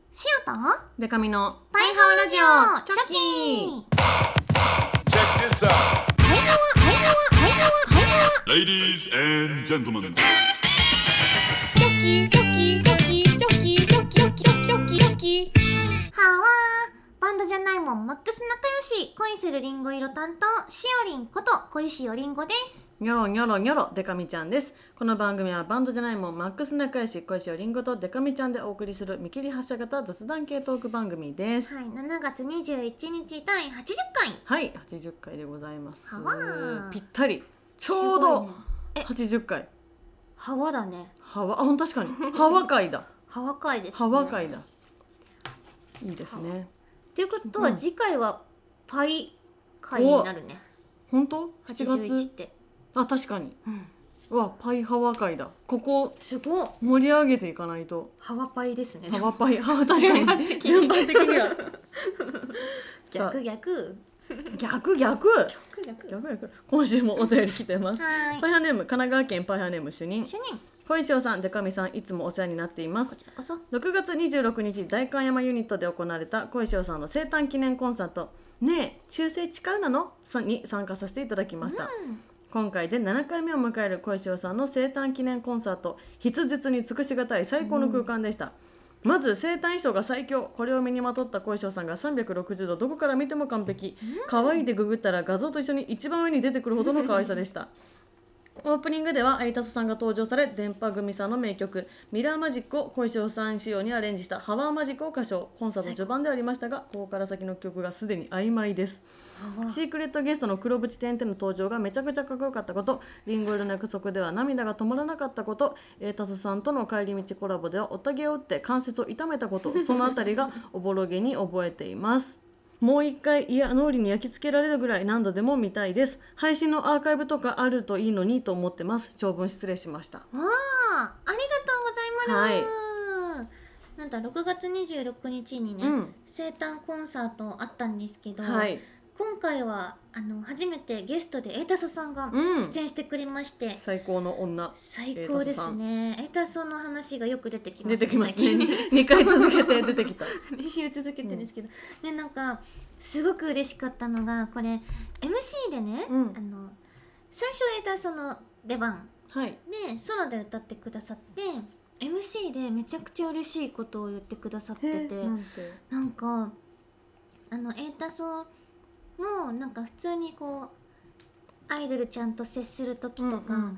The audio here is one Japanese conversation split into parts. とデカミのパイハワラジオチョキパ Check this out. イハワパイハワパイハワパイハワ Ladies and gentlemen. チョキチョキチョキチョキチョキチョキチョキチョキハワーバンドじゃないもんマックス仲良し恋するりんご色担当しおりんこと恋しおりんごですニョロニョロニョロデカミちゃんですこの番組はバンドじゃないもんマックス仲良し恋しおりんごとデカミちゃんでお送りする見切り発車型雑談系トーク番組ですはい7月21日第80回はい80回でございますはわぴったりちょうどえ80回ハワだねハワあほん確かにハワ会 だハワ会です、ね、ハワ会だいいですねっていうことは次回はパイ会になるね本当7 81っ月て、あ確かにうん、うわパイハワ会だここすごい盛り上げていかないとハワパイですねハワパイ ハワ確かに順番的には逆逆逆逆逆逆逆逆今週もお便り来てますはパイハーネーム神奈川県パイハーネーム主任主任小石尾さんデカミさんいつもお世話になっていますこそ6月26日代官山ユニットで行われた小石尾さんの生誕記念コンサート「ねえ忠誠誓うなの?さ」に参加させていただきました、今回で7回目を迎える小石尾さんの生誕記念コンサート筆舌に尽くしがたい最高の空間でした、まず生誕衣装が最強これを身にまとった小石尾さんが360度どこから見ても完璧可愛いでググったら画像と一緒に一番上に出てくるほどの可愛さでしたオープニングでは有田さんが登場され電波組さんの名曲「ミラーマジック」を小石尾さん仕様にアレンジした「ハワーマジック」を歌唱コンサート序盤ではありましたがここから先の曲がすでに曖昧ですシークレットゲストの黒渕天ての登場がめちゃくちゃかっこよかったことリンゴ色の約束では涙が止まらなかったこと栄達さんとの帰り道コラボではおたげを打って関節を痛めたことそのあたりがおぼろげに覚えていますもう一回いや脳裏に焼き付けられるぐらい何度でも見たいです配信のアーカイブとかあるといいのにと思ってます長文失礼しましたわあありがとうございます、なんだ6月26日にね、うん生誕コンサートあったんですけど、はい今回はあの初めてゲストでエタソさんがうん出演してくれまして、最高の女最高ですねエタソの話がよく出てきま出すてきます最ね近2回続けて出てきた2週続けてるんですけど、ねなんかすごく嬉しかったのがこれ MC でね、うんあの最初エタソの出番はいでソロで歌ってくださって MC でめちゃくちゃ嬉しいことを言ってくださっててなんてなんかあの A タソもなんか普通にこうアイドルちゃんと接する時とか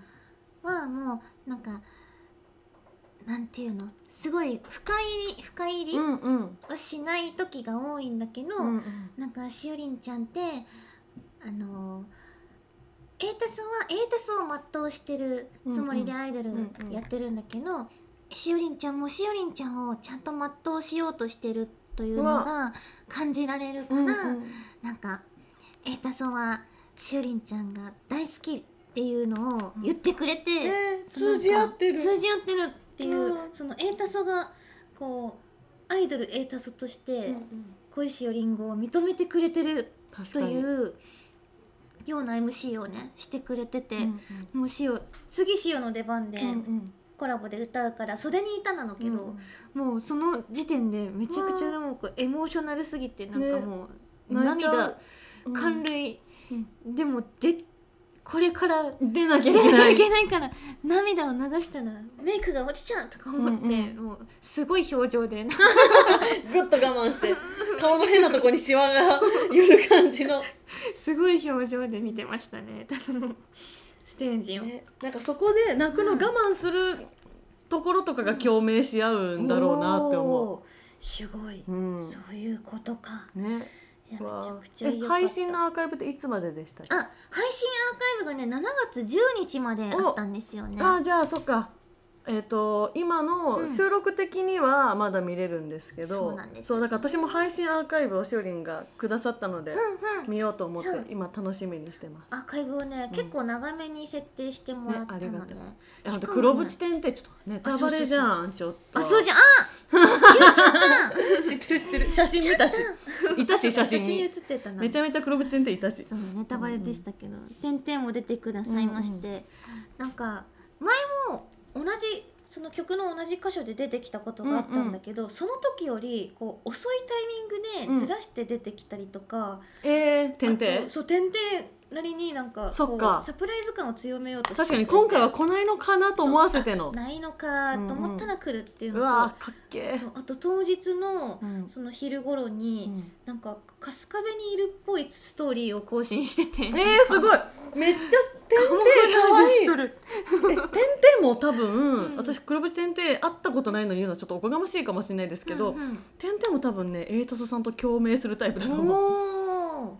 はもうなんかなんていうのすごい深入り深入りうんうんはしない時が多いんだけど、うんなんかしおりんちゃんってあのー A タスは A タスを全うしてるつもりでうんアイドルうんうんやってるんだけど、しおりんちゃんもしおりんちゃんをちゃんと全うしようとしてるというのうが感じられるから、うんうんなんか A タスはしおりんちゃんが大好きっていうのを言ってくれて、えーその通じ合ってる通じ合ってるっていう、うんその A タスがこうアイドル A タスとして、恋しよりんごを認めてくれてる確とかにいうような MC をねしてくれてて、うんもうしお次しおの出番でうんうんコラボで歌うから袖にいたなのけど、もうその時点でめちゃくちゃもうこうエモーショナルすぎてなんかもうね泣いちゃ涙ううん感涙、でもでこれから出なきゃ出いけなきなゃいいけないから涙を流したらメイクが落ちちゃうとか思って、うんもうすごい表情で グッと我慢して顔の変なとこにシワが寄る感じの、すごい表情で見てましたね、そのステージを。ね、なんかそこで泣くの我慢するところとかが共鳴し合うんだろうなって思う。おー。すごい、うんそういうことか。ね、いやめわちゃあくちゃ良えかった。配信のアーカイブっていつまででしたっけあ配信アーカイブがね7月10日まであったんですよね。あじゃあそっかえっ、と今うのん収録的にはまだ見れるんですけど、そうなんですよそうだから私も配信アーカイブをしおりんがくださったので、うんうん。見ようと思ってうん今楽しみにしてます。アーカイブをね、ん結構長めに設定してもらったねありがので。とうしあかともね黒渕店ってちょっとネタバレじゃんちょっとあそうじゃ ゃん。あ言っちゃった。ん 知ってる知って る写真見たし いたし写真にに写ってたな。めちゃめちゃ黒渕店っていたしそのネタバレでしたけど、点々も出てくださいまして、なんか前も同じその曲の同じ箇所で出てきたことがあったんだけど、その時よりこう遅いタイミングでずらして出てきたりとか、えー、点あと々そう点々なりになんかそっかこうサプライズ感を強めようとして確くかれてに今回は来ないのかなと思わせてのないのかと思ったら来るっていううのと、わーかっけーそうあと当日のうんその昼頃に、うんなんか春日部にいるっぽいストーリーを更新してて、えー、すごいめっちゃ点カモ々フラかーわジュしといいるえ点々も多分、うん私黒渕先生会ったことないのに言うのはちょっとおこがましいかもしれないですけど、うんうん点々も多分ね瑛太さんと共鳴するタイプだと思うおお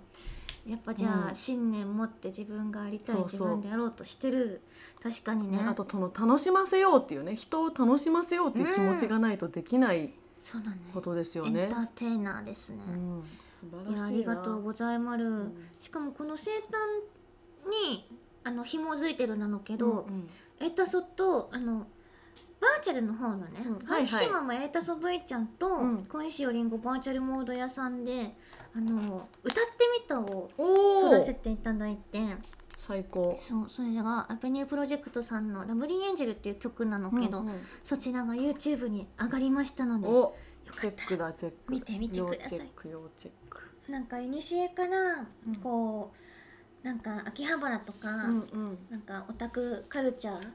やっぱじゃあ、うん信念持って自分がありたいそうそう自分でやろうとしてる確かにねね、あとその楽しませようっていうね人を楽しませようっていう気持ちがないとできないそうだねことですよエねンタ。ーテイナーですね、うん、素いやありがとうございまる、んしかもこの生誕にあの紐づいてるなのけうんど、うんエータソとあのバーチャルの方のね、うんはいはいマキシマムエータソ V ちゃんと、うん小石よりんごバーチャルモード屋さんであの歌ってみたを撮おらせお、ていただいて最高。そうそれがアペニュープロジェクトさんの「ラブリーエンジェル」っていう曲なのけど、うんうんそちらが YouTube に上がりましたのでお、よチかっェックだチェック。見てみてください要チェック要チェック。たなんかいにしえからうんこうなんか秋葉原とか、うんうん。なんかオタクカルチャー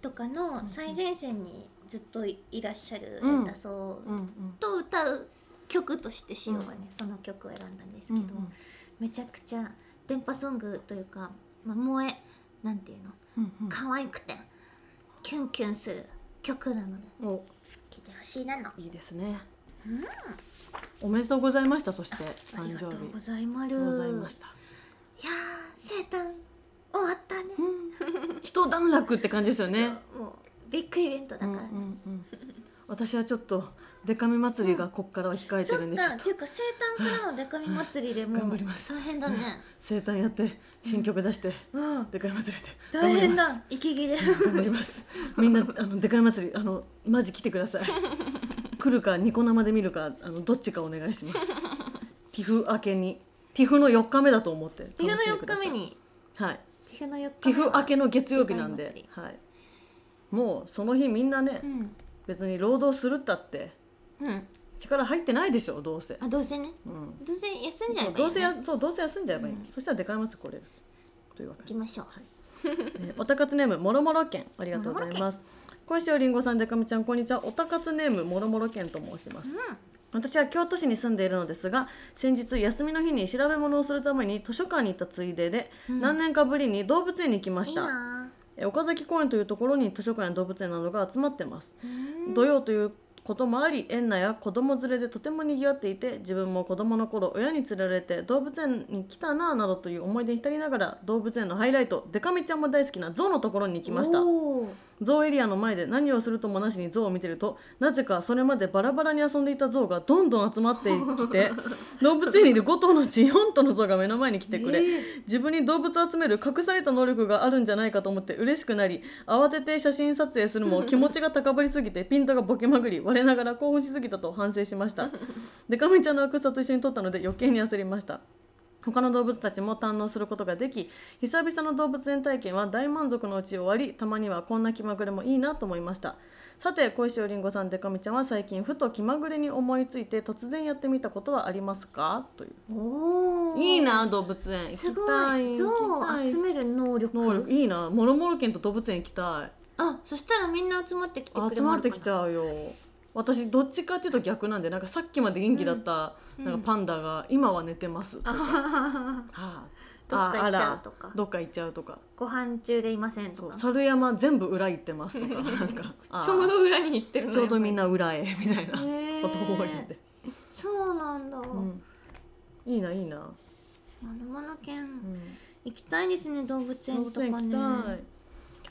とかの最前線にずっといらっしゃるうんだそうんう。うんと歌う曲としてしおはね、うんその曲を選んだんですうけんど、うんめちゃくちゃ電波ソングというか、まあ、萌えなんていうのうん可愛くてキュンキュンする曲なのでうん。お、聴いてほしいなの。いいですね。おめでとうございました。そしてあり誕がと生う日ございまる。ございました。いやー生誕終わったね。うん。一段落って感じですよね。そうもうビッグイベントだからね。うんうんうん、私はちょっとデカミ祭りがこっからは控えてそっるんで、ちかょっっとていうか生誕からのデカミ祭りでも頑う張ります大変だね生誕やって新曲出して、うんデカミ祭りで大変頑だ息切れ張ります頑張りますみんなあのデカミ祭りあのマジ来てください来るかニコ生で見るかあのどっちかお願いしますティフ明けにティフの4日目だと思ってティフ楽しんでのく4だ 日さい目にはいティフの4テ日ィ目フ明けの月曜日なんデカミで祭、はい、もうその日みんなね、うん別に労働するったってうん力入ってないでしょどうせあどうせねうんどうせ休んじゃえばいいよねどうせやそうどうせ休んじゃえばいい、うんそしたらでかいますこれるというわ行けきで、ましょうえー おたかつネームもろもろ県ありがとうございます小石おりんごさんでかみちゃんこんにちはおたかつネームもろもろ県と申します、私は京都市に住んでいるのですが先日休みの日に調べ物をするために図書館に行ったついでで、何年かぶりに動物園に来まいしいたなえー岡崎公園というところに図書館や動物園などが集まってます土曜ということもあり園内は子供連れでとても賑わっていて自分も子供の頃親に連れられて動物園に来たなあなどという思い出に浸りながら動物園のハイライトデカミちゃんも大好きなゾウのところに行きましたおーゾウエリアの前で何をするともなしにゾウを見てるとなぜかそれまでバラバラに遊んでいたゾウがどんどん集まってきて動物園にいる5頭のうち4頭のゾウが目の前に来てくれ、自分に動物を集める隠された能力があるんじゃないかと思って嬉しくなり慌てて写真撮影するも気持ちが高ぶりすぎてピントがボケまぐり我ながら興奮しすぎたと反省しましたでかみちゃんのアクスタと一緒に撮ったので余計に焦りました他の動物たちも堪能することができ久々の動物園体験は大満足のうち終わりたまにはこんな気まぐれもいいなと思いましたさて小石おりんごさんでかみちゃんは最近ふと気まぐれに思いついて突然やってみたことはありますかというおーいいな動物園行きすごたいい象行きたをい集める能力能力いいなもろもろ県と動物園行きたあそしたらみんな集まってきてくれるい集まってきちうゃうよ私どっちかっていうと逆なんでなんかさっきまで元気だった、なんかパンダが今は寝てますとか、はあ、どっか行っちゃうあらとかどっか行っちゃうとか ご飯中でいませんとそうか猿山全部裏行ってま すとかなんかあーちょうど裏に行ってるのちょうどみんなな裏へみたいなへーこと多いんで、そうなんだ、うん、いいないいな、まるまるう県ん行きたいですね動物動園と物園か行きねたい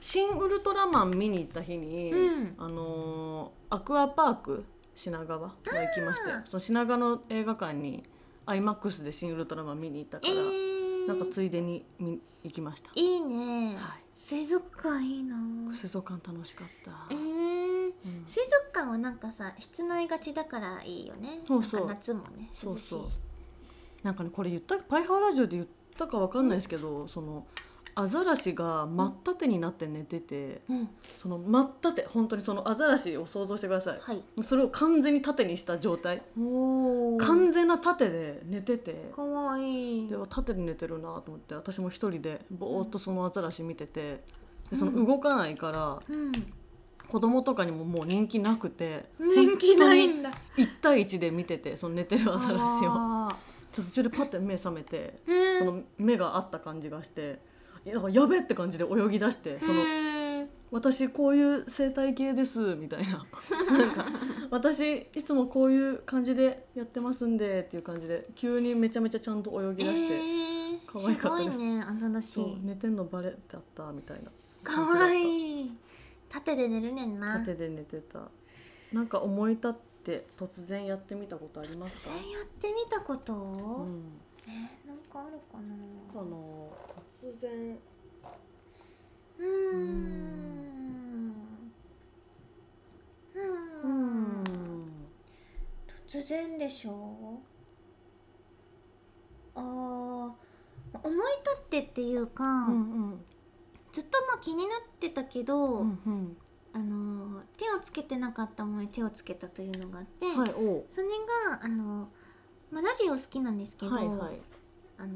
新ウルトラマン見に行った日に、うんあのーアクアパーク品川が行きましてその品川の映画館に IMAX で新ウルトラマン見に行ったかえら、ー、なんかついでに見行きましたいいね、はい水族館いいな水族館楽しかったえ、ー、うん水族館はなんかさ室内がちだからいいよねそうそうなんか夏もねそ涼うしいそうなんかねこれ言ったパイハーラジオで言ったかわかんないですけど、そのアザラシが真っ縦になって寝てて、うんその真っ縦本当にそのアザラシを想像してください、はいそれを完全に縦にした状態、おお完全な縦で寝ててかわいいで縦に寝てるなと思って私も一人でぼーっとそのアザラシ見ててでその動かないから、うん子供とかにももう人気なくて人気ないんだ1対1で見ててその寝てるアザラシをあ途中でパッて目覚めて、ーへそーの目が合った感じがしてなんかやべって感じで泳ぎ出してそのへー私こういう生態系ですみた いななんか私いつもこういう感じでやってますんでっていう感じで急にめちゃめちゃちゃんと泳ぎ出して、えー、可愛かったですすごいねアザラシそう寝てんのバレちゃったみたいなかわいい縦で寝るねんな縦で寝てたなんか思い立って突然やってみたことあります突か、然やってみたこと、うん、えーなんかあるかなあの突然うーんうーうんん突然でしょあー思い立ってっていうか、うんずっとまあ気になってたけど、うんうんあのー手をつけてなかったものに手をつけたというのがあって、はいおうそれがあの、まあ、ラジオ好きなんですけど、はいはいあの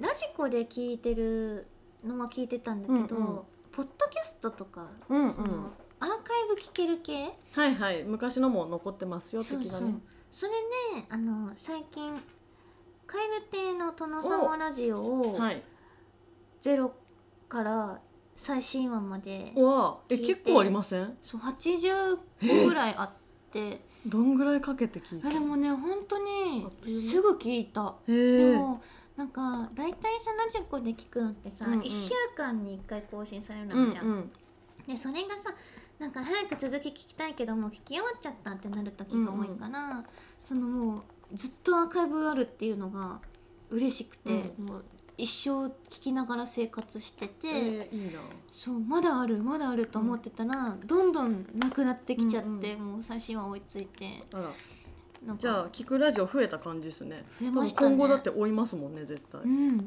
ラジコで聞いてるのは聞いてたんだけど、うんうんポッドキャストとか、うんうんそのアーカイブ聞ける系はいはい昔のも残ってますよそう的そなうねそれねあの最近「カエル亭の殿様ラジオ」をはいゼロから最新話までわあえ聞いて結構ありませんそう80個ぐらいあってどんぐらいかけて聞いたあでもね本当あっにという間すぐ聞いた。へでえもなんか大体さラジコで聞くのってさ、うんうん1週間に1回更新されるうんうのじゃん、んでそれがさなんか早く続き聞きたいけどもう聞き終わっちゃったってなる時が多いから、そのもうずっとアーカイブあるっていうのが嬉しくて、もう一生聞きながら生活してて、えーいいなそうまだあるまだあると思ってたら、どんどんなくなってきちゃって、もう最新話追いついてあらなんかじゃあ聞くラジオ増えた感じですね増えましたね多分今後だって追いますもんね絶対うん増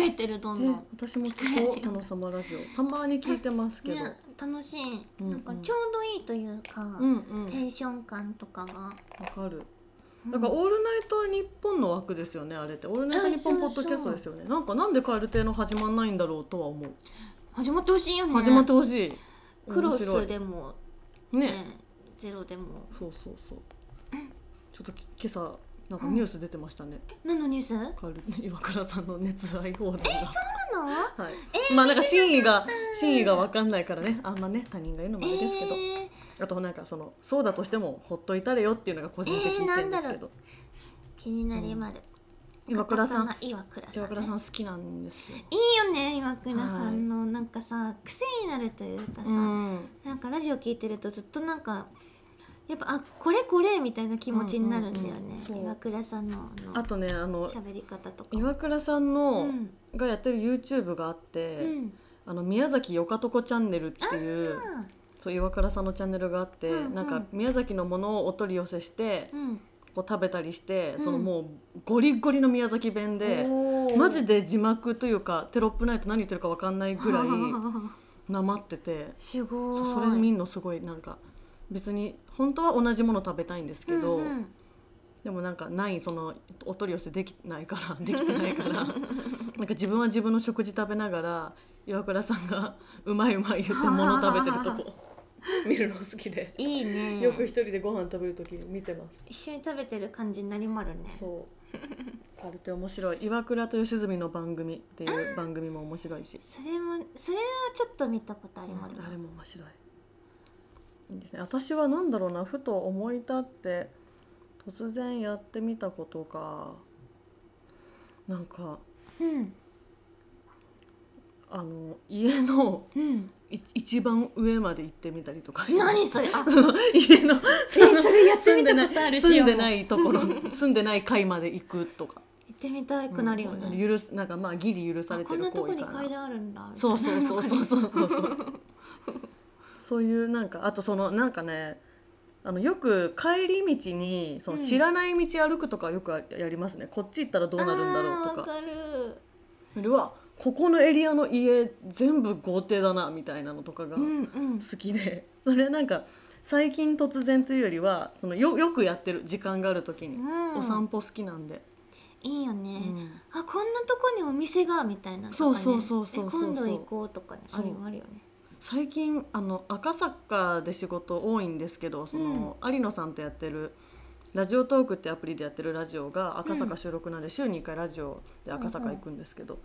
えてるどんえどん。私も聞くラ聞こジうオ殿様ラジオたまに聞いてますけどね、楽しい、うんうんなんかちょうどいいというか、うんうんテンション感とかがわかるだから「オールナイト日本」の枠ですよねあれって「オールナイト日う本んポそうッそうドキャスト」ですよねなんかなんで蛙亭の始まんないんだろうとは思う、始まってほしいよね始まってほしいクロ面白いスでも、ねねゼロでもそうそうそうちょっとき今朝なんかニュース出てましたね、何のニュースなのカル 岩倉さんの熱愛放題がはいえーまあなんか真意が真意が分かんないからねあんまね他人が言うのもあれですけど、えーあとなんかそのそうだとしてもほっといたれよっていうのが個人的意見ですけど、気になりまる、岩倉さんカタカナ岩倉さん,、岩倉さん好きなんですよ、いいよね岩倉さんのなんかさ癖になるというかさ、うん、なんかラジオ聞いてるとずっとなんかやっぱあこれこれみたいな気持ちになるんだよね、うんうんうんそう岩倉さんのああのとねあの喋り方とか岩倉さんうの、んがやってる YouTube があって、うんあの宮崎よかとこチャンネルっていうあそう岩倉さんのチャンネルがあって、うんうんなんか宮崎のものをお取り寄せしてー、うんこう食べたりして、うんそのもうゴリゴリの宮崎弁で、おーマジで字幕というかテロップないと何言ってるかわかんない ぐらいなまっててすごそいうそれ見んのすごいなんか別に本当は同じもの食べたいんですけど、うんうんでもなんかないそのお取り寄せできないから できてないからなんか自分は自分の食事食べながら岩倉さんが「うまいうまい」言って物食べてると こ見るの好きでいいねよく一人でご飯食べる時見てます。一緒に食べてる感じになりまるね そうカルテ面白い岩倉と吉住の番組っていう番組も面白いしそれもそれはちょっと見たことあります、あれも面白いいいですね私は何だろうなふと思い立って突然やってみたことかなんかうんあの家のうんい一番上まで行ってみたりとかして何それあ 家のそれやってみたことある住んでしようないところ住んでない階まで行くとか行ってみたくなるよね、許すなんかまあギリ許さあれこてんるなと行こ為にかな階段あるんだそううそうそうそうそうそうそう そういうなんかあとそのなんかねあのよく帰り道にそのうん知らない道歩くとかよくやりますね、こっち行ったらどうなるんだろうとわかかるうわここのエリアの家全部豪邸だなみたいなのとかがうんうん好きで、それなんか最近突然というよりはそのよよくやってる時間がある時に、うんお散歩好きなんで、いいようね、んあこんなとこにお店がみたいなとか、ね、そうそうそうそうそうえ今度行こうとかねあそうるよあるよね最近あの赤坂で仕事多いんですけどその、有野さんとやってる「ラジオトーク」ってアプリでやってるラジオが赤坂収録なんで、週に1回ラジオで赤坂行くんですけど、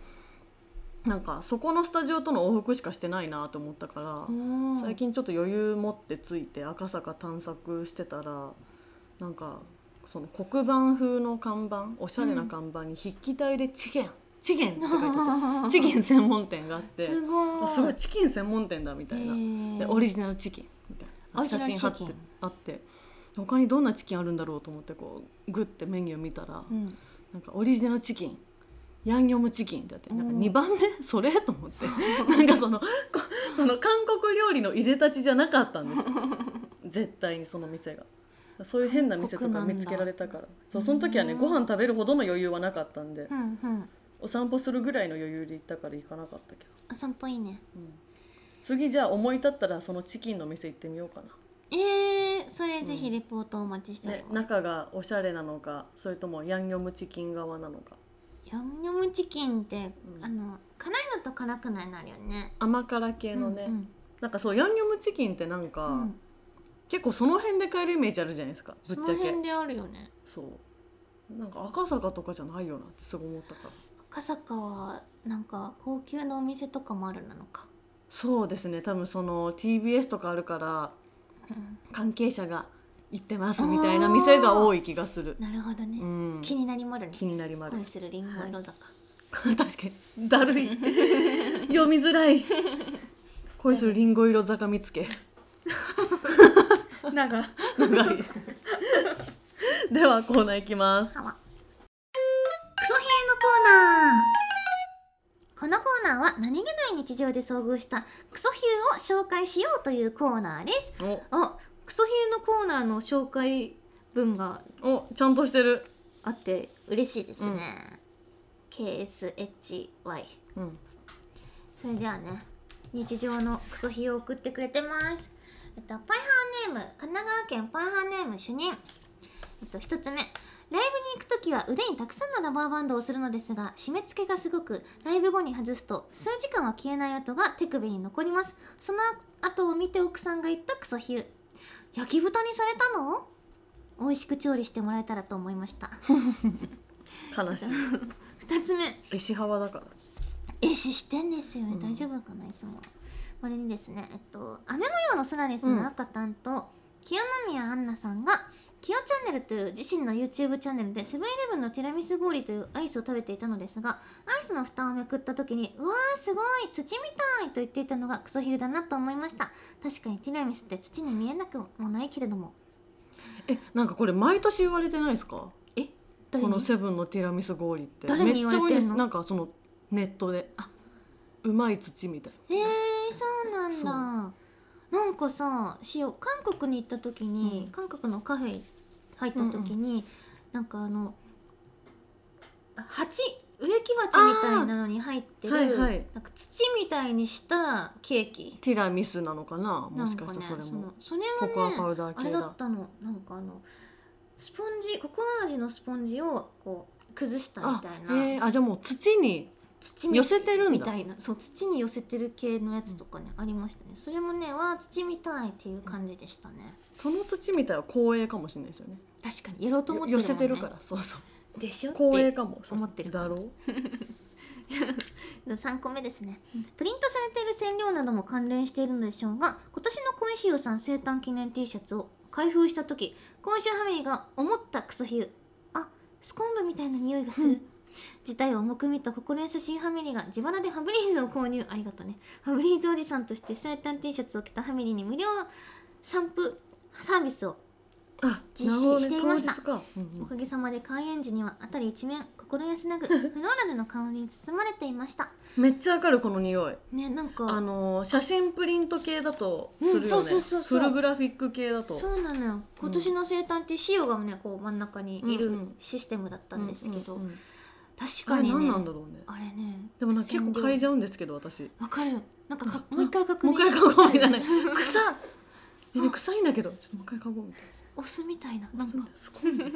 なんかそこのスタジオとの往復しかしてないなと思ったから。うん最近ちょっと余裕持ってついて赤坂探索してたらなんかその黒板風の看板おしゃれな看板に筆記体で「チゲン」「チゲン」って書いててチゲン専門店があ ってすごあいすごいチキン専門店だみたいな、へーでオリジナルチキンみたいオなリジ写ナルチ真貼キンってあって他にどんなチキンあるんだろうと思ってこうグッてメニュー見たら、うんなんかオリジナルチキンヤンニョムチキンってあってなんうかん2番目 それと思って なんかそのこその韓国料理のいでたちじゃなかったんです よ絶対にその店がそういう変な店と韓か国なんだ見つけられたからそうその時はねご飯食べるほどの余裕はなかったんでうんうんお散歩するぐらいの余裕で行ったから行かなかったけど、お散歩いいねうん次じゃあ思い立ったらそのチキンの店行ってみようかえー、それぜひレポートお待ちしてな、おねり、ます、中がおしゃれなのかそれともヤンニョムチキン側なのかヤンニョムチキンって、うんあの辛いのと辛くないのあるよね甘辛系のね、うんうんなんかそうヤンニョムチキンってなんか、うん結構その辺で買えるイメージあるじゃないですかぶっそちゃのけ辺であるよねそうなんか赤坂とかじゃないよなってすごい思ったから赤坂はなんか高級なお店とかもあるなのか、そうですね多分その TBS とかあるからうん関係者が行ってますみたいな店が多い気がする、なるほどね、うん、気になりまるね気になりまる恋するリンゴ色坂、 確かに だるい読みづらい恋するリンゴ色坂見つけ長長いではコーナーいきますはわクソ兵のコーナーこのコーナーは何気ない日常で遭遇したクソ兵を紹介しようというコーナーですおあクソ兵のコーナーの紹介文がおちゃんとしてるあって嬉しいですね、うん KSHY うんそれではね日常のクソ費を送ってくれてますえっとパイハーネーム神奈川県パイハーネーム主任えっと一つ目ライブに行くときは腕にたくさんのラバーバンドをするのですが締め付けがすごくライブ後に外すと数時間は消えない跡が手首に残りますその後を見て奥さんが言ったクソヒュー焼き豚にされたの美味しく調理してもらえたらと思いました悲しい 二つ目石幅だからえ視してんですよね、うん大丈夫かないつもこれにですねえっと「雨模様の空に住む赤担当、清宮アンナさんが「キヨチャンネル」という自身の YouTube チャンネルでセブンイレブンのティラミス氷というアイスを食べていたのですがアイスの蓋をめくった時に「うわーすごい土みたい!」と言っていたのがクソヒルだなと思いました確かにティラミスって土に見えなくもないけれどもえなんかこれ毎年言われてないですかえ誰このにセブンのティラミス氷って誰に言われてんのめっちゃ多いですなんかそのネットであうまい土みたいえー、そうなんそうだなんかさ塩韓国に行った時に、うん韓国のカフェ入った時に、なんかあの鉢植木鉢みたいなのに入ってる、あーはいはいなんか土みたいにしたケーキティラミスなのかななもんしかかしねたらそれそものそれココアパはねウダーあ系れだだったのなんかあのスポンジココア味のスポンジをこう崩したみあたいえな、ーあじゃあもう土に土み寄せてるんみだたいなそう土に寄せてる系のやつとかね、ありましたねそれもねわあ土みたいっていう感じでしたね、その土みたいは光栄かもしれないですよね確かにやろうと思ってる寄もん、ね、せてるからそうそうでしょ光栄でかもそうそう思ってるからだろ 3個目ですねプリントされている染料なども関連しているのでしょうが今年の恋しおさん生誕記念 T シャツを開封した時今週ハミリが思ったクソ比喩あスコンブみたいな匂いがする事態を重く見た心優しいハミリが自腹でハブリーズを購入ありがとうねハブリーズおじさんとして生誕 T シャツを着たハミリに無料散布サービスをうあ実施していましたなるほどね当日かうんおうんかげさまで開園時には辺り一面心安らぐフローラルの香りに包まれていましためっちゃわかるこの匂いねなんかあのー写真プリント系だとするようんねそうそうそうそうフルグラフィック系だとそうなのよ今年の生誕って塩がねこう真ん中にいるうんうんシステムだったんですけど、うんうんうん確あかれに、ね、何なんだろうねあれねでもなんか結構染料嗅いじゃうんですけど私わかるよなんかかもう一回確もう認一回し嗅てごほうしみたいなね 臭っえね臭いんだけどちょっともう一回嗅ごうみたいお酢みたいなななんかすごいね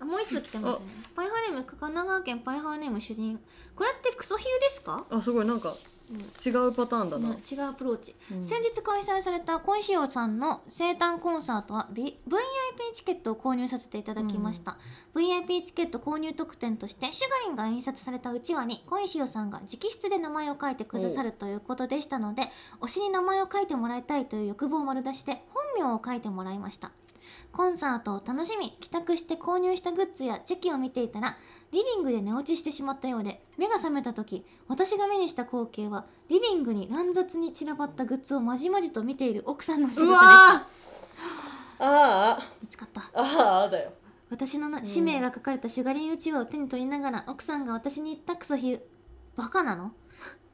あもう一つ来てますねパイハーネーム神奈川県パイハーネーム主人これってクソヒユですかあすごいなんか違うパターンだうんな、違うアプローチ、うん先日開催された小石尾さんの生誕コンサートは、V、VIP チケットを購入させていただきました、VIP チケット購入特典としてシュガリンが印刷されたうちわに小石尾さんが直筆で名前を書いてくださるということでしたので推しに名前を書いてもらいたいという欲望丸出しで本名を書いてもらいましたコンサートを楽しみ帰宅して購入したグッズやチェキを見ていたらリビングで寝落ちしてしまったようで目が覚めた時私が目にした光景はリビングに乱雑に散らばったグッズをまじまじと見ている奥さんの姿うでわしたああ見つかったあああだよ私のな氏名が書かれたシュガリンうちわを手に取りながら奥さんが私に言ったクソヒューバカなの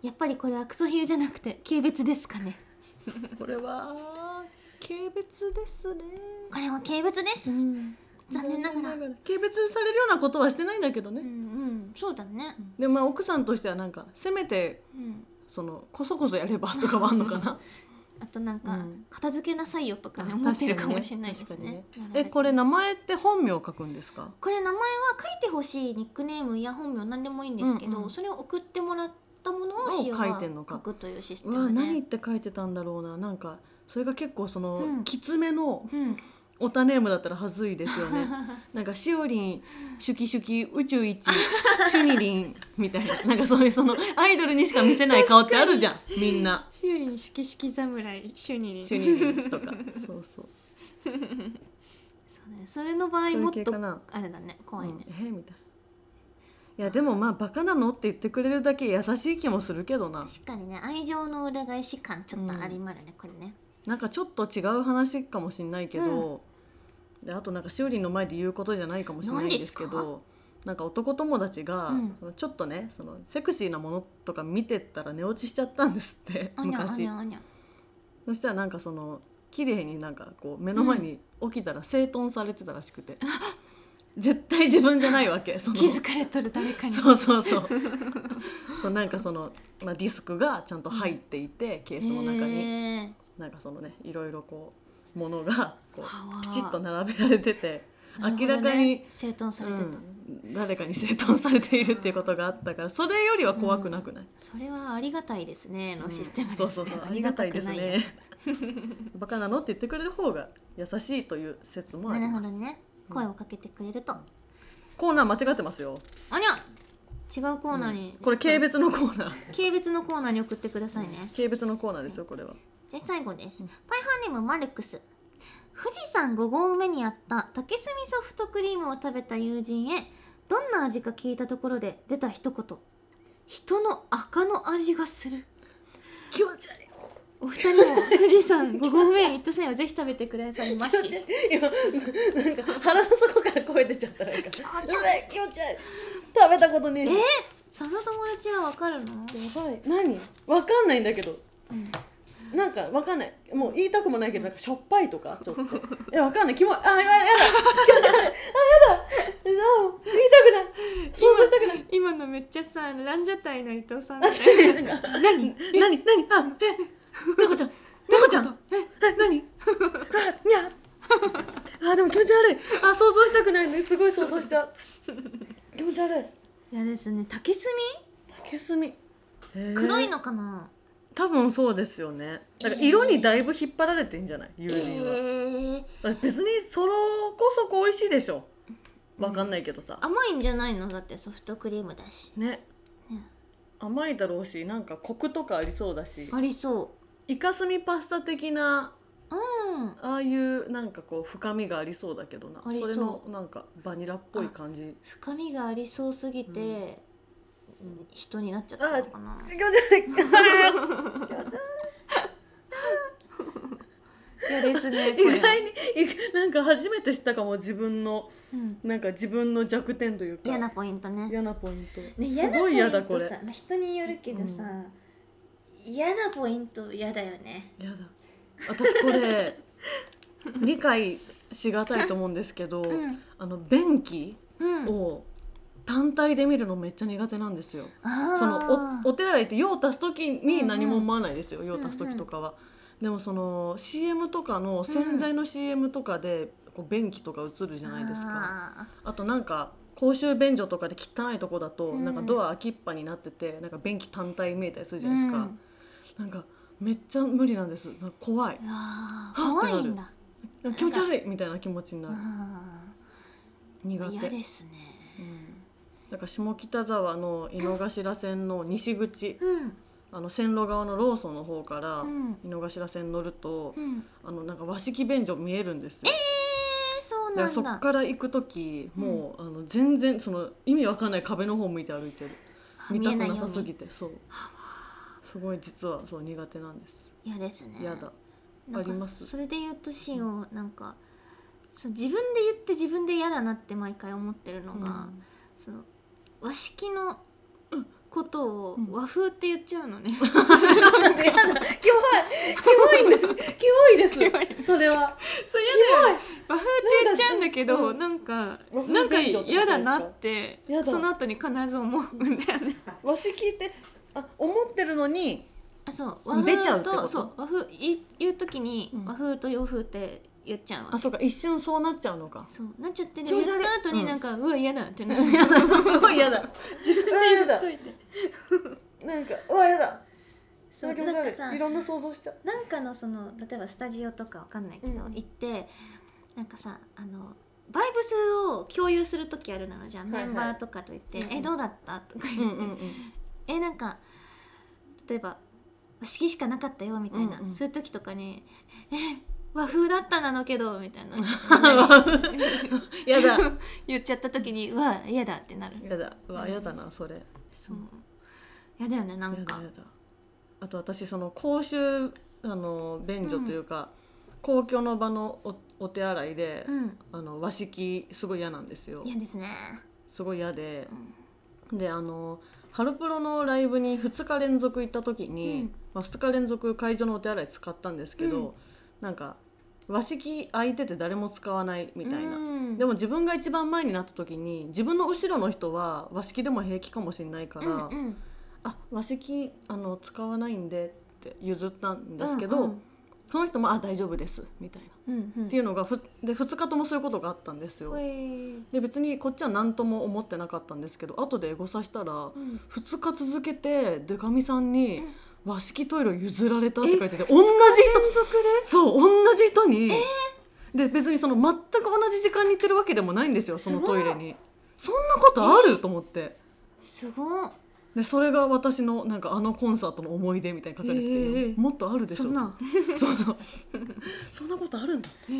やっぱりこれはクソヒューじゃなくて軽蔑ですかねこれは軽蔑ですねこれは軽蔑です、残念ながら残軽蔑されるようなことはしてないんだけどね、うんうんそうだねでもまあ奥さんとしてはなんかせめてうんそのこそこそやればとかはあんのかなあとなんか、うん片付けなさいよとかねあ思ってるか確かにねもしれないですね確えこれ名前って本名を書くんですかこれ名前は書いてほしいニックネームや本名何でもいいんですけど、うんうんそれを送ってもらったものを使用を書いてんのはか書くというシステうわム何ねって書いてたんだろうななんかそれが結構その、うんきつめのうん、オタネームだったらはずいです よねなんかしおりんシュキシュキ宇宙一シュニリンみたいななんかそういうそのアイドルにしか見せない顔ってあるじゃんみ んな修理に式式侍修理にシュニリン とかそうそうそうねそれの場合もっそういう系とかなあれだね怖いね、うんえーみたいないやでもまあバカなのって言ってくれるだけ優しい気もするけどな確かにね愛情の裏返し感ちょっとありまるね、これねなんかちょっと違う話かもしんないけど、であとなんかしおりんの前で言うことじゃないかもしれないんですけ何でどなんか男友達が、うんそのちょっとねそのセクシーなものとか見てったら寝落ちしちゃったんですってあにゃあ昔にゃあにゃそしたらなんかその綺麗になんかこう目の前に起きたら整頓されてたらしくて、絶対自分じゃないわ けその気づかれとる誰かにそうそうそう そうなんかその、まあ、ディスクがちゃんと入っていて、ケースの中に。へえなんかそのねいろいろこうものがこはあうきちっと並べられてて、なるほ明どねらかに、整頓されてた、うん誰かに整頓されているっていうことがあったからそれよりは怖くなくない、それはありがたいですねのシステムですそね、うそうそうありがたいですありがたくないね バカなのって言ってくれる方が優しいという説もありなるほますどねうん声をかけてくれると、コーナー間違ってますよあにゃ違うコーナーに、これ軽蔑のコーナー軽蔑のコーナーに送ってくださいね、軽蔑のコーナーですよこれはじゃあ最後です、パイハーネームマルクス富士山5合目にあった竹炭ソフトクリームを食べた友人へどんな味か聞いたところで出た一言人の垢の味がする気持ち悪いお二 人も富士山5合目に行った際はぜひ食べてくださいまし 今なんか腹の底から声出ちゃったなんか気持ち悪い気持ち悪い食べたことねえしその友達はわかるのやばい何わかんないんだけど、なんかわかんないもう言いたくもないけどなんかしょっぱいとかちょっといやわかんないキモいあやだやだ気持ち悪いあやだうわ言いたくない想像したくない今のめっちゃさランジャタイの伊藤さんみたい な何何何あえ猫ちゃん猫ちゃんええ何あにゃ あでも気持ち悪いあ想像したくないねすごい想像しちゃう気持ち悪いいやですね竹炭竹炭黒いのかな、多分そうですよねだから色にだいぶ引っ張られてんじゃない友え人は、ー、だって別にそろこそこ美味しいでしょわかんないけどさ、甘いんじゃないのだってソフトクリームだしねね甘いだろうしなんかコクとかありそうだしありそイカスミパスタ的なううんああいうなんかこう深みがありそうだけどなありそうれのなんかバニラっぽい感じ深みがありそうすぎて、ううん人になっちゃったのかな気持ち悪いあれいやです ね意外にい なんか初めて知ったかも自分のうんなんか自分の弱点というか嫌なポイントね嫌なポイント、ねすごい嫌だこ嫌なポイれントさまあ人によるけどさ、嫌なポイント嫌だよねやだ私これ 理解しがたいと思うんですけど、んあの便器うんを単体で見るのめっちゃ苦手なんですよ。あーそのおお手洗いって用を足す時に何も思わないですよ、用んを足す時とかは。でもその CM とかの洗剤の CM とかでこう便器とか映るじゃないですか。ああとなんか公衆便所とかで汚いとこだと、うんなんかドア開きっぱになっててなんか便器単体見えたりするじゃないですか、うんなんかめっちゃ無理なんですなんか怖いーうわー怖いんだなんか気持ち悪いみたいな気持ちになるあ苦ー手嫌ですねうんなんか下北沢の井の頭線の西口、うんあの線路側のローソンの方からうん井の頭線乗ると、うんあのなんか和式便所見えるんですよ、えー、そうなだからそんっだから行く時もう、あの全然その意味わかんない壁の方向いて歩いてる見たくなさすぎてそうすごい実はそう苦手なんです嫌ですね嫌だなんかありますそれで言うとシオなんかそう自分で言って自分で嫌だなって毎回思ってるのが、うんその和式のことをうん和風って言っちゃうのね、 キモいですそれはそう嫌だよ和風って言っちゃうんだけどなんか和風なんか店長ってことです嫌かだなってやだその後に必ず思うんだよね和式ってあ思ってるのにあそう和うん風出ちゃうってことそう和風言い言う時にうん和風と洋風って言っちゃうわけあそうか一瞬そうなっちゃうの かそうなっちゃってね言表った情で後になんか、うわ嫌だってな るすごい嫌だ 自分で言っといてなんかうわ嫌だそうなんかさんな想像しちゃうなんかのその例えばスタジオとかわかんないけど、うん行ってなんかさあのバイブスを共有する時あるなのじゃん、はいはいメンバーとかと言って「うんうんえどうだった?」とか言って、 うんうんえなんか例えば和式しかなかったよみたいな、うんうんそういう時とかに「え和風だったなのけど」みたい なうん嫌 だ言っちゃった時に「うわ嫌だ」ってなる嫌だうわ嫌だなそれそう嫌だよねなんやだかやだあと私その公衆あの便所というか、公共の場のおお手洗いで、うんあの和式すごい嫌なんですよ嫌ですねすごい嫌で、であのハロプロのライブに2日連続行った時に、うんまあ、2日連続会場のお手洗い使ったんですけど、うんなんか和式空いてて誰も使わないみたいな、うんでも自分が一番前になった時に自分の後ろの人は和式でも平気かもしれないから、うんうんあ和式あの使わないんでって譲ったんですけど、うんその人も「あ大丈夫です」みたいな、っうんうんていうのがふで2日ともそういうことがあったんですよほ。いで別にこっちは何とも思ってなかったんですけど後でエゴサしたら、ん2日続けてでかみさんにうん「和式トイレを譲られた」って書いてて同同じ連続でそう同じ人に、で別にその全く同じ時間に行ってるわけでもないんですよそのすごトいイレにそんなことある、と思ってすごっでそれが私のなんかあのコンサートの思い出みたいに書かれてて、ええもっとあるでしょそんなそうそう そんなことあるんだえ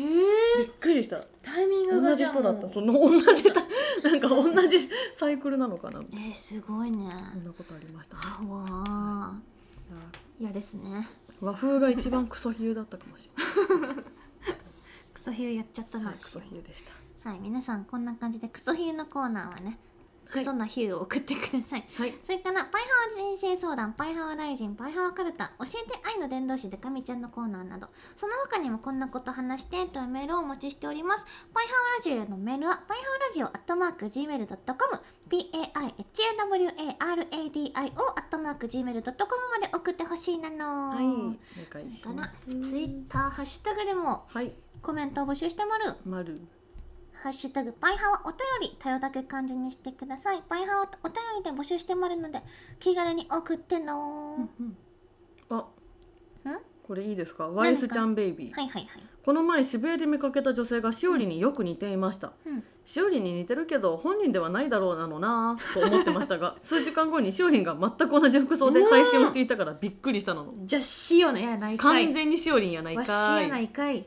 びっくりしたタイミング同がじじゃあ人だったもうその同 じたなんか同じサイクルなのかなえーすごいねそんなことありましたねあわあ嫌ですね和風が一番クソヒューだったかもしれクソヒューやっちゃったなないクソヒューでしたはい、皆さんこんな感じでクソヒューのコーナーはね、はいクソなヒューを送ってください。はいそれから、パイハワ人生相談、パイハワ大臣、パイハワカルタ、教えて愛の伝道師、デカミちゃんのコーナーなど、その他にもこんなこと話してというメールをお持ちしております。パイハワラジオへのメールは、パイハワラジオアットマーク Gmail.com、p-a-i-h-a-w-a-r-a-d-i-o アットマーク Gmail.com まで送ってほしいなの。はいお願いしそれかまらす、ツイッター、ハッシュタグでもはいコメントを募集してもらう。丸ハッシュタグパイハワお便り、たよだけ漢字にしてください。パイハワお便りで募集してもらうので、気軽に送ってのー、あんこれいいですかワイスちゃんベイビー、はいはいはい。この前渋谷で見かけた女性がしおりによく似ていました、うんしおりに似てるけど本人ではないだろうなのなぁと思ってました が数時間後にしおりんが全く同じ服装で配信をしていたからびっくりしたのじゃあ、しようねやないかい。完全にしおりんやないかわしやいないか い。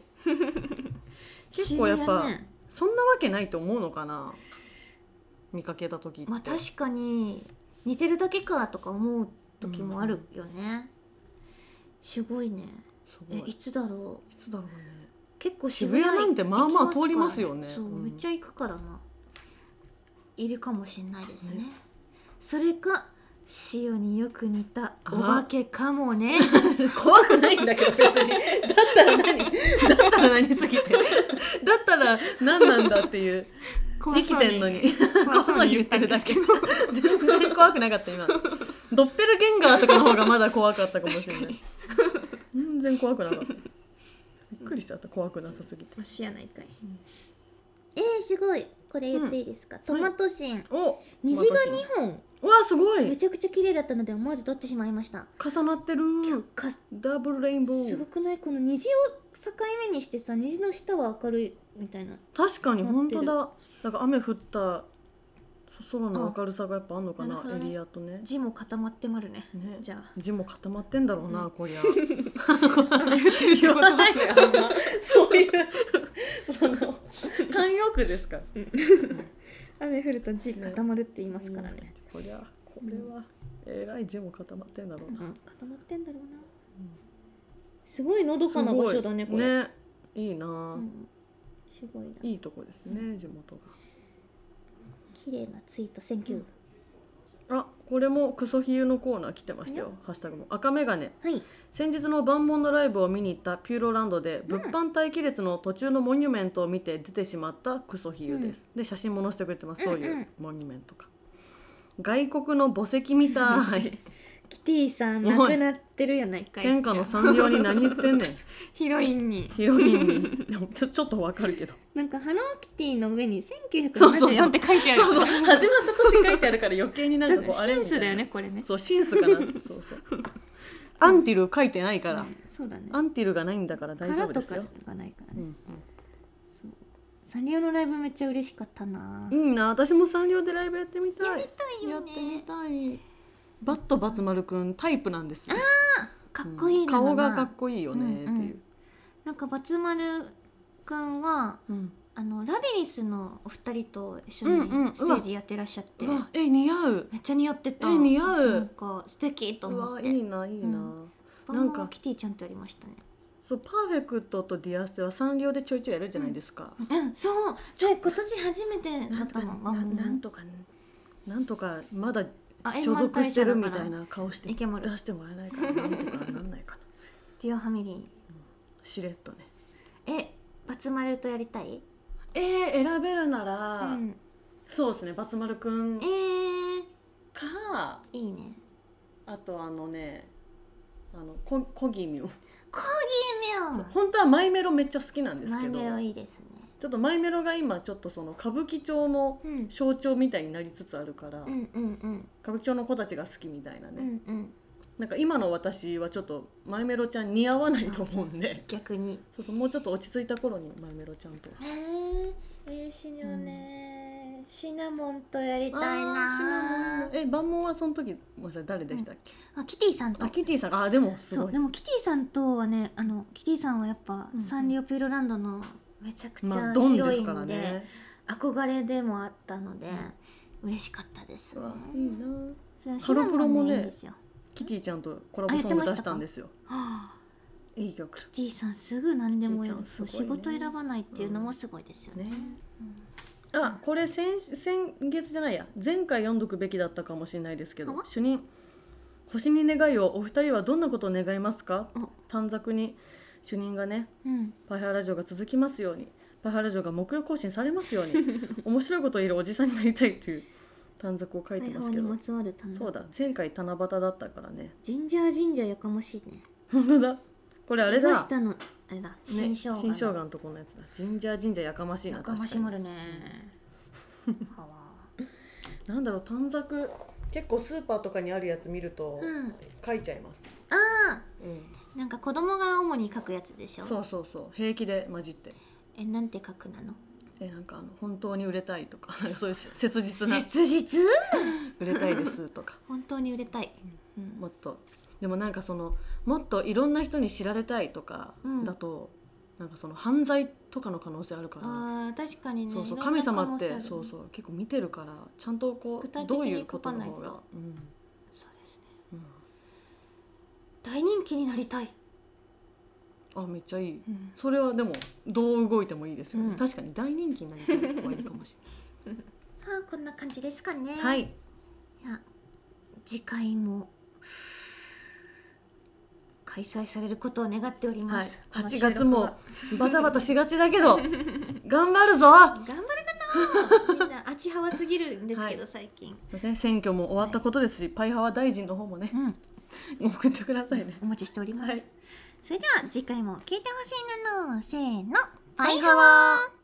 結構やっぱ渋谷ねそんなわけないと思うのかな見かけた時って、まあ確かに、似てるだけかとか思う時もあるよね。すごいね。すえごい、いいつだろう。つだろうね結構渋谷なんてまあまあ通りますよ行きまねすからそう、うんめっちゃ行くからな。いるかもしれないですね。ねそれか塩によく似たお化けかも ね。怖くないんだけど別にだったら何だったら何すぎてだったら何なんだっていう怖でそきうてんのに怖そうに言ったんですけど怖そうに言ってるだけ全然怖くなかった今ドッペルゲンガーとかの方がまだ怖かったかもしれない全然怖くなかったびっくりしちゃった怖くなさすぎてマシやないかいえー、すごいこれ言っていいですか、トマトシン、お虹が2本うわすごめいちゃくちゃ綺麗だったので思わず撮ってしまいました重なってるかダブルレインボすごーくないこの虹を境目にしてさ虹の下は明るいみたいな確かになってる本当だなんか雨降ったそ空の明るさがやっぱあんのかあななるほどねエリアとね字も固まってまるねねじゃあ字も固まってんだろうな、こりゃ言わないであんまそういうその慣用句ですから雨降ると字固まるって言いますからねこりゃこれは、えらい字も固まってんだろうな、うん固まってんだろうな、すごいのどかな場所だねすこごいれ、ねいいな、うん、すごいないいとこですね地元綺麗なツイートセンキュー、があこれもクソヒユのコーナー来てましたよ、ハッシュタグも赤眼鏡はい先日の万ンのライブを見に行ったピューロランドで物販待機列の途中のモニュメントを見て出てしまったクソヒユです、で写真も載せてくれてます、どういうモニュメントか外国の墓石みたいキティさん亡くなってるやないかい天下の産業に何言ってんねんヒロインにヒロインにでもちょちょっとわかるけどなんかハローキティの上にそうそう74そうって書いてあるそうそう始まった年書いてあるから余計になんかこうあシれンみたスいなだよねこれねそうシンスかなそうそうアンティル書いてないから、そうだねアンティルがないんだから大丈殻夫でとすかよ、がないからうね、んそうサンリオのライブめっちゃ嬉しかったな、いいな私もサンリオでライブやってみたいやいよねってみたいバットバツ丸くんタイプなんですよかっこいいだろ顔うながかっこいいよねっていう、なんかバツマルくんはうんあのラビリンスのお二人と一緒うんうにんステージやってらっしゃって、うわえ似合うめっちゃ似合ってたえ似合うなんか素敵とう思っわていいないいな、うんバなんンかバンキティちゃんとやりましたねそうパーフェクトとディアステはサンリオでちょいちょいやるじゃないですか、うんそうじゃあ今年初めてだなっんとたかもんななんとかなんとかまだあ所属してるみたいっな顔してイケモル出してもらえないからなんとかなんないかなていうファミリしれっとねーえバツマルとやりたい えー、選べるなら、うんそうですねバツマルくえんー、かいいねあとあのねあのこコギミョコンーギーミョ本当はマイメロめっちゃ好きなんですマけイどメロいいですねちょっとマイメロが今ちょっとその歌舞伎町のうん象徴みたいになりつつあるから、うんうんうん歌舞伎町の子たちが好きみたいなうね、んうんなんか今の私はちょっとマイメロちゃん似合わないと思うんで逆にそうそうもうちょっと落ち着いた頃にマイメロちゃんとへえー、シニョね、シナモンとやりたいあーシナモなンえ万門はその時ごめんなさい誰でしたっけ、あキティさんとあキティさんあでもすそごういでもキティさんとはねあのキティさんはやっぱ、うんサンリオピューロランドのめちゃくちまゃ広あドいンのでで,、すからね憧れでもあったので嬉しかったですうねわいいなそのシハナロプロモもンねもいいんですよ、キティちゃんとコラボソング出したんですよはあいい曲キティさんすぐ何でもやる、キティちゃんすごいね仕事選ばないっていうのもすごいですよね,、ねあこれ先先月じゃないや前回読んどくべきだったかもしれないですけどあ主任星に願いをお二人はどんなことを願いますかお短冊に主任がねうんパイハラジオが続きますようにパイハラジオが目標更新されます ように面白いことを言えるおじさんになりたいという短冊を書いて配ま方すけにどまつわる単そう独だ前回七夕だったからねジンジャージンジャーやかましいね本当だこれあれだ、山下のあれだね、新生姜の、新生姜のとこのやつだジンジャージンジャーやかましいなやかまし確まかるねはわになんだろう短冊結構スーパーとかにあるやつ見ると、うん書いちゃいます、あうん、ーなんか子供が主に書くやつでしょそうそうそう平気で混じってえなんて書くなのえなんかあの本当に売れたいとか なんかそういう切実な切実売れたいですとか 本当に売れたい、うんもっとでもなんかそのもっといろんな人に知られたいとかうんだと、なんかその犯罪とかの可能性あるから、あー確かにねそうそういろん神な可様能っ性あてるそうそう結構見てるからちゃんとこ具体う的にどういうことの方書かないがと、うんそうですねうん、大人気になりたい、あめっちゃいいそれはでもどう動いてもいいですよね、うん確かに大人気になりたい方がいいかもしはあこんな感じですかねれないはいいや次回も語開催されることを願っておりまはいす、、この8収録月もはバタバタしがちだけど頑張るぞ頑張るかなみんなあちはわすぎるんですけど、はい最近ね選挙も終わったことですし、パイハワ大臣の方もね うん送ってくださいねお待ちしております、はいそれでは次回も聞いてほしいなのせーのバパイイハハワーワ